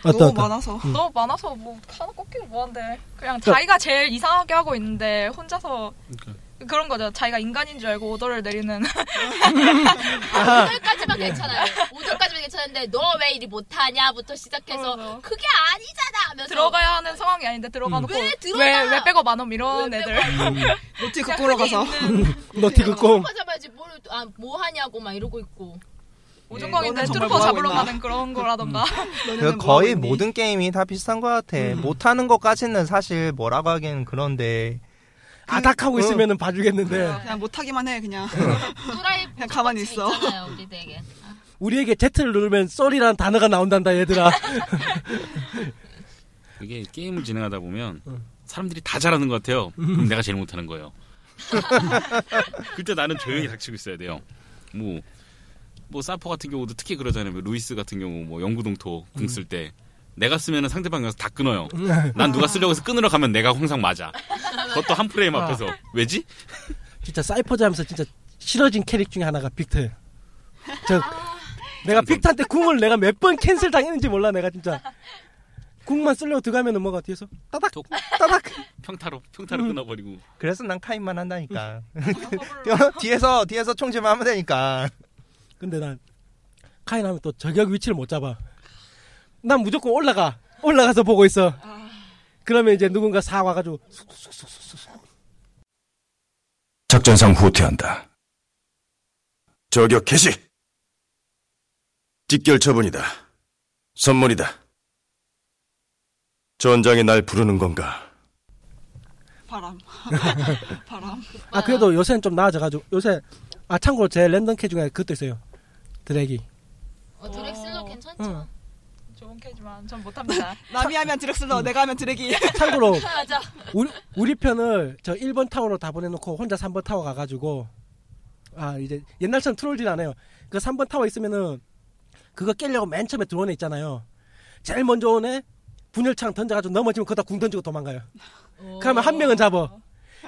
어떤
너무
어떤?
많아서
너무 많아서 뭐 하나 꼽기도 뭐한데 그냥 자기가 제일 이상하게 하고 있는데 혼자서
그러니까.
그런 거죠. 자기가 인간인 줄 알고 오더를 내리는. 아.
5절까지만 아, 괜찮아요 5절까지만 괜찮은데 너 왜 이리 못하냐부터 시작해서
어.
그게 아니잖아 하면서
들어가야 하는 상황이 아닌데 들어가놓고
왜 들어가?
왜, 왜 빼고 만원 이런
음. 왜
애들.
노티 극고로 가서
음.
예,
너티 극공
들어가자마자 뭘, 아, 뭐 하냐고 막 이러고 있고
오중광인데
너는 정말
트루퍼
뭐하고
잡으러
있나? 음.
가는 그런 거라던가.
그
너네는
거의
뭐하고 있니?
모든 게임이 다 비슷한 것 같아
음.
못하는 것까지는 사실 뭐라고 하기는 그런데
아닥하고
어.
있으면은 봐주겠는데
그냥 못하기만 해 그냥
또라이
그냥 가만히 있어
있잖아요 우리 되게
우리에게 Z를 누르면 썰이라는 단어가 나온단다 얘들아
이게 게임을 진행하다 보면 사람들이 다 잘하는 것 같아요. 그럼 내가 제일 못하는 거예요. 그때 나는 조용히 닥치고 있어야 돼요. 뭐 뭐 사포 같은 경우도 특히 그러잖아요. 뭐 루이스 같은 경우 뭐 영구동토 궁 쓸 때 내가 쓰면은 상대방이 가서 다 끊어요. 난 누가 쓰려고 해서 끊으러 가면 내가 항상 맞아. 그것도 한 프레임
아.
앞에서 왜지?
진짜 사이퍼즈하면서 진짜 싫어진 캐릭 중에 하나가 빅터예요. 저 내가 빅터한테 궁을 내가 몇 번 캔슬 당했는지 몰라 내가 진짜 궁만 쓰려고 들어가면은 뭐가 뒤에서 따닥
톡.
따닥
평타로 평타로 끊어버리고
그래서 난 카인만 한다니까.
음.
뒤에서 뒤에서 총질만 하면 되니까.
근데 난 카인 하면 또 저격 위치를 못 잡아. 난 무조건 올라가. 올라가서 보고 있어. 그러면 이제 누군가 사 와가지고
작전상 후퇴한다. 저격 개시! 직결 처분이다. 선물이다. 전장에 날 부르는 건가?
바람. 바람.
아 그래도 요새는 좀 나아져가지고 요새 아 참고로 제 랜덤 캐 중에 그것도 있어요. 드래기.
어, 드렉슬러 괜찮죠?
응.
좋은 캐지만 전 못합니다.
남이 하면 드렉슬러, 내가 하면 드래기.
참고로
맞아.
우리, 우리 편을 저 1번 타워로 다 보내놓고 혼자 3번 타워 가가지고 아 이제 옛날처럼 트롤질 않아요. 그 3번 타워 있으면은 그거 깨려고 맨 처음에 들어온 애 있잖아요. 제일 먼저 온 애 분열창 던져가지고 넘어지면 그다 궁 던지고 도망가요. 그러면 한 명은 잡아.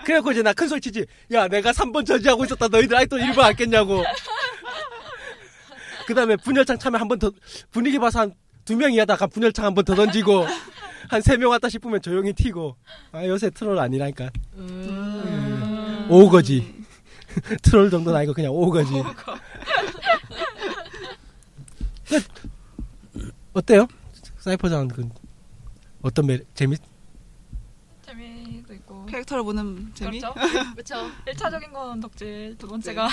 그래갖고 이제 나 큰 소리 치지. 야 내가 3번 저지하고 있었다. 너희들 아직도 1번 안 깼냐고. 그 다음에 분열창 참에 한 번 더 분위기 봐서 한 두 명이 하다가 분열창 한 번 더 던지고 한 세 명 왔다 싶으면 조용히 튀고 아 요새 트롤 아니라니까 예, 오거지 트롤 정도는 아니고 그냥 음. 오거지 그, 네. 어때요? 사이퍼장 그 어떤 매 재미
재미도 있고.
캐릭터를 보는 재미?
그렇죠.
그렇죠.
1차적인 건 덕질, 두 번째가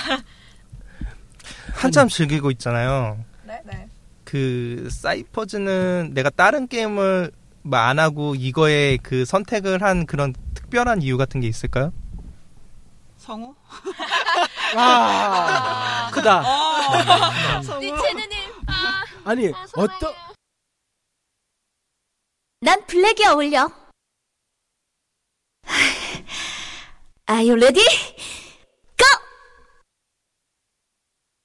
한참 즐기고 있잖아요.
네, 네.
그 사이퍼즈는 내가 다른 게임을 뭐안 하고 이거에 그 선택을 한 그런 특별한 이유 같은 게 있을까요?
성우?
아 크다
성우?
니체느님. 아,
아니
아, 사랑해요.
어떤
난 블랙이 어울려. Are you ready? Go!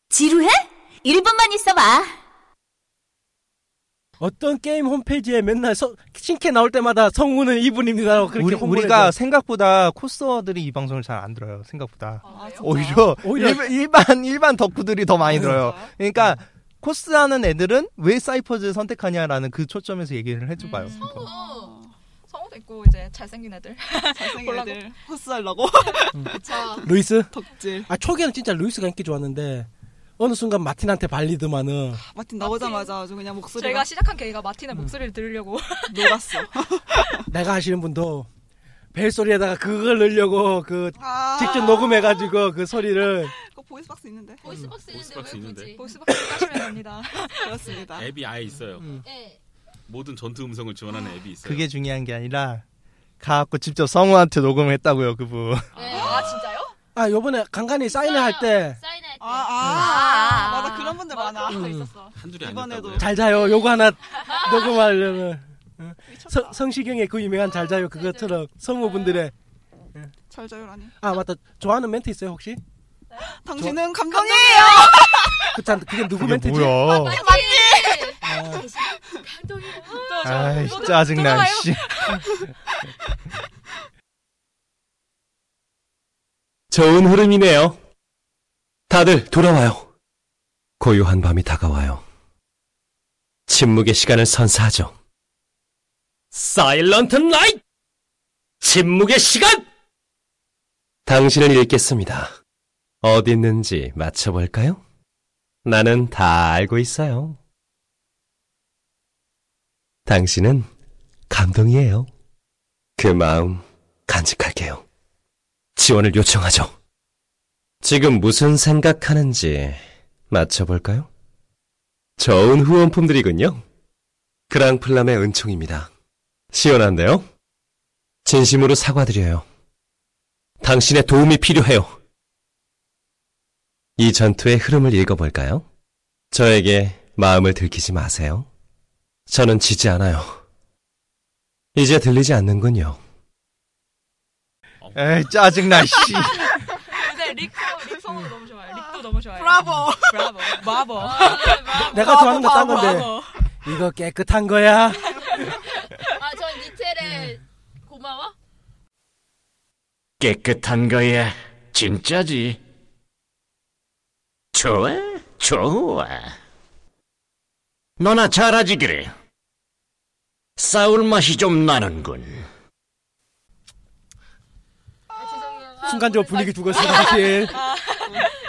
지루해? 1분만 있어봐.
어떤 게임 홈페이지에 맨날 서, 신캐 나올 때마다 성우는 이분입니다라고 그렇게
우리,
홍보를
우리가
해서
생각보다 코스어들이 이 방송을 잘 안 들어요. 생각보다.
아, 그래요?
오히려,
오히려-
일반- 일반 일반 덕후들이 더 많이
아,
들어요. 그러니까 코스하는 애들은 왜 사이퍼즈 선택하냐라는 그 초점에서 얘기를 해줘봐요.
음.
한번.
어,
성우도 있고 이제 잘생긴 애들.
잘생긴
몰라도.
애들. 호스하려고?
그쵸.
루이스
덕질.
아 초기에는 진짜 루이스가 인기 좋았는데 어느 순간 마틴한테 발리드만은
마틴 나오자마자 아주 그냥 목소리가
제가 시작한 계기가 마틴의 목소리를 들으려고.
녹았어.
내가 아시는 분도 벨소리에다가 그걸 넣으려고 그
아,
직접 녹음해가지고 그 소리를
그거 보이스박스 있는데.
보이스박스 있는데
보이스박스
왜
있는데.
굳이?
보이스박스 까시면 됩니다.
그렇습니다.
앱이 아예 있어요.
예.
모든 전투 음성을 지원하는 앱이 있어요.
그게 중요한 게 아니라 가갖고 직접 성우한테 녹음했다고요 그분.
예.
아, 진짜요?
아 요번에 간간히 사인을 할 때 잘
사인할 때.
아,
음.
아,
아,
맞아. 그런 분들 많아.
그런 거 있었어.
한둘이 아니었다고요.
이번에도.
자요 요거 하나 녹음하려면 어, 성-
미쳤다.
성시경의 그 유명한 잘 자요 그것처럼 성우분들의
잘 자요라니.
아 맞다 좋아하는 멘트 있어요 혹시?
당신은 감동이에요.
그 참, 그게 누구
그게
멘트지?
아,
뭐야?
맞지?
아,
감동이.
아 진짜 짜증나.
돌아가요.
씨.
좋은 흐름이네요. 다들 돌아와요. 고요한 밤이 다가와요. 침묵의 시간을 선사하죠. 사일런트 나이트! 침묵의 시간! 당신을 읽겠습니다. 어디 있는지 맞춰볼까요? 나는 다 알고 있어요. 당신은 감동이에요. 그 마음 간직할게요. 지원을 요청하죠. 지금 무슨 생각하는지 맞춰볼까요? 좋은 후원품들이군요. 그랑플람의 은총입니다. 시원한데요? 진심으로 사과드려요. 당신의 도움이 필요해요. 이 전투의 흐름을 읽어볼까요? 저에게 마음을 들키지 마세요. 저는 지지 않아요. 이제 들리지 않는군요.
에이 짜증나. 씨.
근데 릭, 릭 성우도 너무 좋아요. 릭 브라보 너무 좋아요.
브라보.
브라보. 브라보.
아, 네,
내가 좋아하는 거 딴 건데
바보.
이거 깨끗한 거야.
아전 니텔에
음.
고마워.
깨끗한 거야. 진짜지. 좋아, 좋아. 너나 잘하지 그래. 싸울 맛이 좀 나는군.
아,
순간적으로 분위기 죽었어 사실.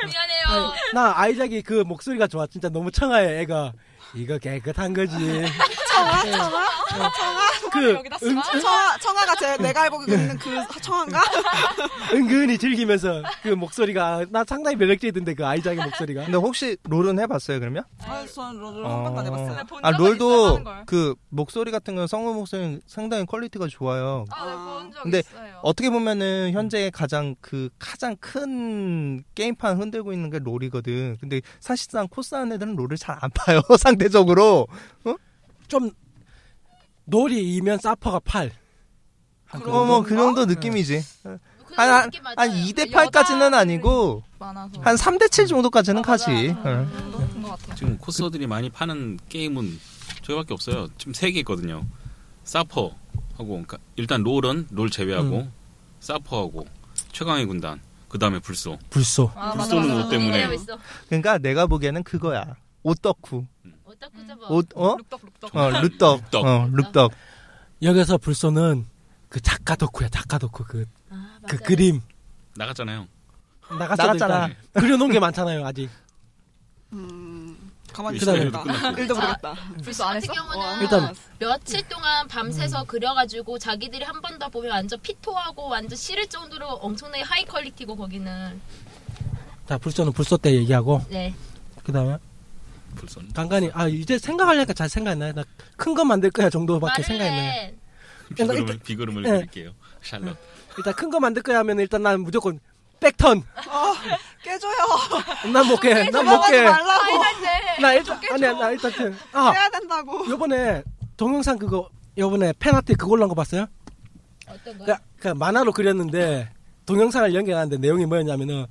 미안해요.
나 아이작이 그 목소리가 좋아. 진짜 너무 청아해 애가. 이거 깨끗한 거지. 네. 어.
청아, 청아, 청아.
그 여기다 쓰나? 응, 응.
청아, 청아가 제 내가 알고 있는 그 청아인가?
은근히 즐기면서 그 목소리가 나 상당히 매력적이던데 그 아이작의 목소리가.
근데 혹시 롤은 해봤어요 그러면?
아, 저는 롤을 한 번도 안 해봤어요.
아 롤도 그 목소리 같은 건 성우 목소리 상당히 퀄리티가 좋아요. 근데 어떻게 보면은 현재 가장 그 가장 큰 게임판 흔들고 있는 게 롤이거든. 근데 사실상 코스하는 애들은 롤을 잘 안 봐요 상대적으로. 어?
좀 놀이 이면 사퍼가 팔.
그럼 어, 음. 뭐그 정도 느낌이지. 한한
느낌 맞아요.
2대 8까지는 아니고
많아서. 어,
한 3대 7 정도까지는 가지. 어. 응.
지금 코스들이 많이 파는 게임은 저희밖에 없어요. 지금 세 개 있거든요. 사퍼 하고 그러니까 일단 롤은 롤 제외하고
음.
사퍼 하고 최강의 군단 그 다음에 불소.
불소.
아, 네.
불쏘는것 때문에
그러니까 내가 보기에는 그거야. 오떡쿠.
뭐.
오떡쿠 어? 룩떡 룩떡. 어, 룩떡.
룩떡.
어, 룩떡.
여기서 불소는 그 작가 덕후야 작가 덕후 그,
아,
아,
그 그림
나갔잖아요.
나갔어도
나갔잖아.
일단 그려놓은 게 많잖아요 아직.
가만히
그다음에
있어야겠다.
끝났고.
일도 모르겠다.
불소 같은
아,
경우는
일단-
며칠 동안 밤새서
음.
그려가지고 자기들이 한 번 더 보면 완전 피토하고 완전 싫을 정도로 엄청나게 하이 퀄리티고 거기는
자 불소는 불소 때 얘기하고
네
그다음에
불소는
간간히 아 이제 생각하려니까 잘 생각 안 나요. 나 큰 거 만들 거야 정도밖에 생각이 안 나요.
말을
일단,
비그름을 비그름을
네.
그릴게요. 샬럿.
일단 큰 거 만들 거야 하면 일단 난 무조건 백턴.
어, 깨줘요.
난 못 깨. 난 못
도망가지
깨.
말라고.
나 일단 아니야 나 일단 그- 아
해야 된다고.
요번에 동영상 그거 요번에 팬아트 그거 올라온 거 봤어요?
어떤
그, 그 만화로 그렸는데 동영상을 연결하는데 내용이 뭐였냐면은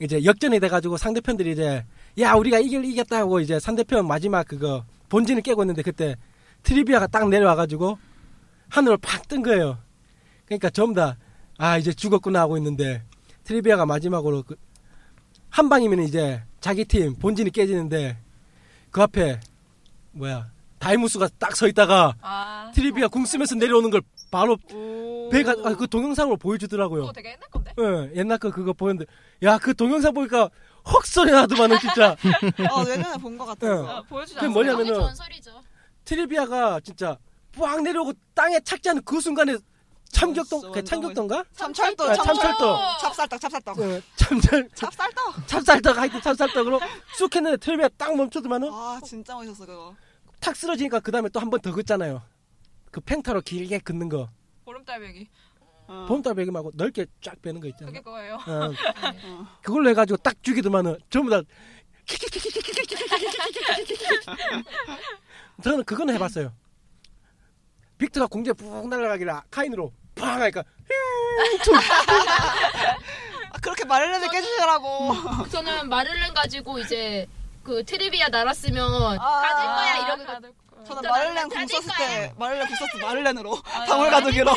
이제 역전이 돼가지고 상대편들이 이제 야 우리가 이길 이겼다고 이제 상대편 마지막 그거 본진을 깨고 있는데 그때 트리비아가 딱 내려와가지고 하늘을 팍 뜬 거예요. 그러니까 전부 다 아 이제 죽었구나 하고 있는데 트리비아가 마지막으로 그, 한 방이면 이제 자기 팀 본진이 깨지는데 그 앞에 뭐야 다이무스가 딱 서 있다가 트리비아 궁 쓰면서 내려오는 어, 걸 바로 배가 아, 그 동영상으로 보여주더라고요.
되게 옛날 건데.
예, 옛날 거 그거 보였는데 야 그 동영상 보니까 헉 소리 나더만은 진짜.
어, 예전에 본 것 같아서.
예.
보여주지
그게
않았어요?
뭐냐면은
전설이죠.
트리비아가 진짜 빡 내려오고 땅에 착지하는 그 순간에 참격동 그 참격동가?
참철도,
아,
참철도.
참철도.
찹쌀떡, 찹쌀떡.
예, 참잘
찹쌀떡.
찹쌀떡 하여튼 찹쌀떡으로 쑥 했는데 트리비아 딱 멈춰두면은
아, 진짜 멋있었어, 그거.
탁 쓰러지니까 그 다음에 또 한 번 더 긋잖아요. 그 팽타로 길게 긋는 거.
보름달배기.
어.
봄달 배기 말고 넓게 쫙 빼는 거 있잖아요.
그게 그거예요.
어. 그걸로 해가지고 딱 죽이더만은 전부 다 저는 그건 해봤어요. 빅터가 공중에 푹 날아가길래 카인으로 팡 하니까 휘웅 소리.
아, 그렇게 마를렌을
뭐,
깨주더라고. 아,
저는 마를렌 가지고 이제 그 트리비아 날았으면 그, 가질 거야 이러고
저는 마를렌 궁 썼을 때, 마를렌 궁 썼을 때 마를렌으로. 방울
맞아. 네.
가득이로.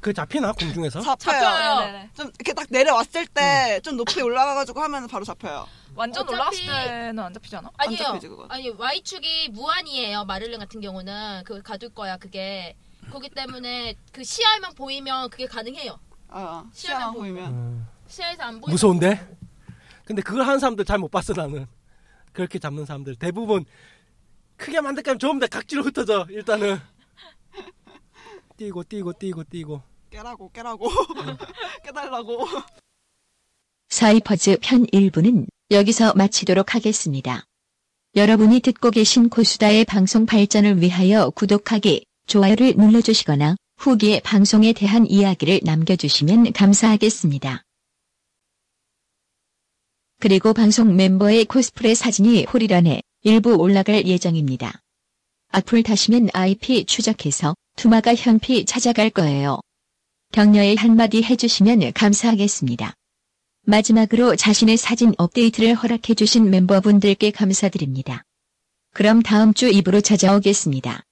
그 잡히나 공중에서?
잡혀요. 좀 이렇게 딱 내려왔을 때 좀 높이 올라가가지고 하면 바로 잡혀요.
완전
어차피-
올라갔을 때는 안 잡히지 않아?
아니요.
잡히지, 그건.
아니 Y축이 무한이에요. 마를렌 같은 경우는 그걸 가둘 거야 그게. 그렇기 때문에 그 시야만 보이면 그게 가능해요.
어,
시야만
시야만 보이면.
시야에서 안 보이면
무서운데? 근데 그걸 하는 사람들 잘 못 봤어 나는. 그렇게 잡는 사람들 대부분 크게 만들까 하면 전부 다 각지로 흩어져 일단은. 뛰고 뛰고 뛰고 뛰고.
깨라고, 깨라고. 깨달라고.
사이퍼즈 편 1부는 여기서 마치도록 하겠습니다. 여러분이 듣고 계신 고수다의 방송 발전을 위하여 구독하기, 좋아요를 눌러주시거나 후기에 방송에 대한 이야기를 남겨주시면 감사하겠습니다. 그리고 방송 멤버의 코스프레 사진이 홀이란에 일부 올라갈 예정입니다. 악플 다시면 IP 추적해서 투마가 현피 찾아갈 거예요. 격려의 한마디 해주시면 감사하겠습니다. 마지막으로 자신의 사진 업데이트를 허락해주신 멤버분들께 감사드립니다. 그럼 다음 주 입으로 찾아오겠습니다.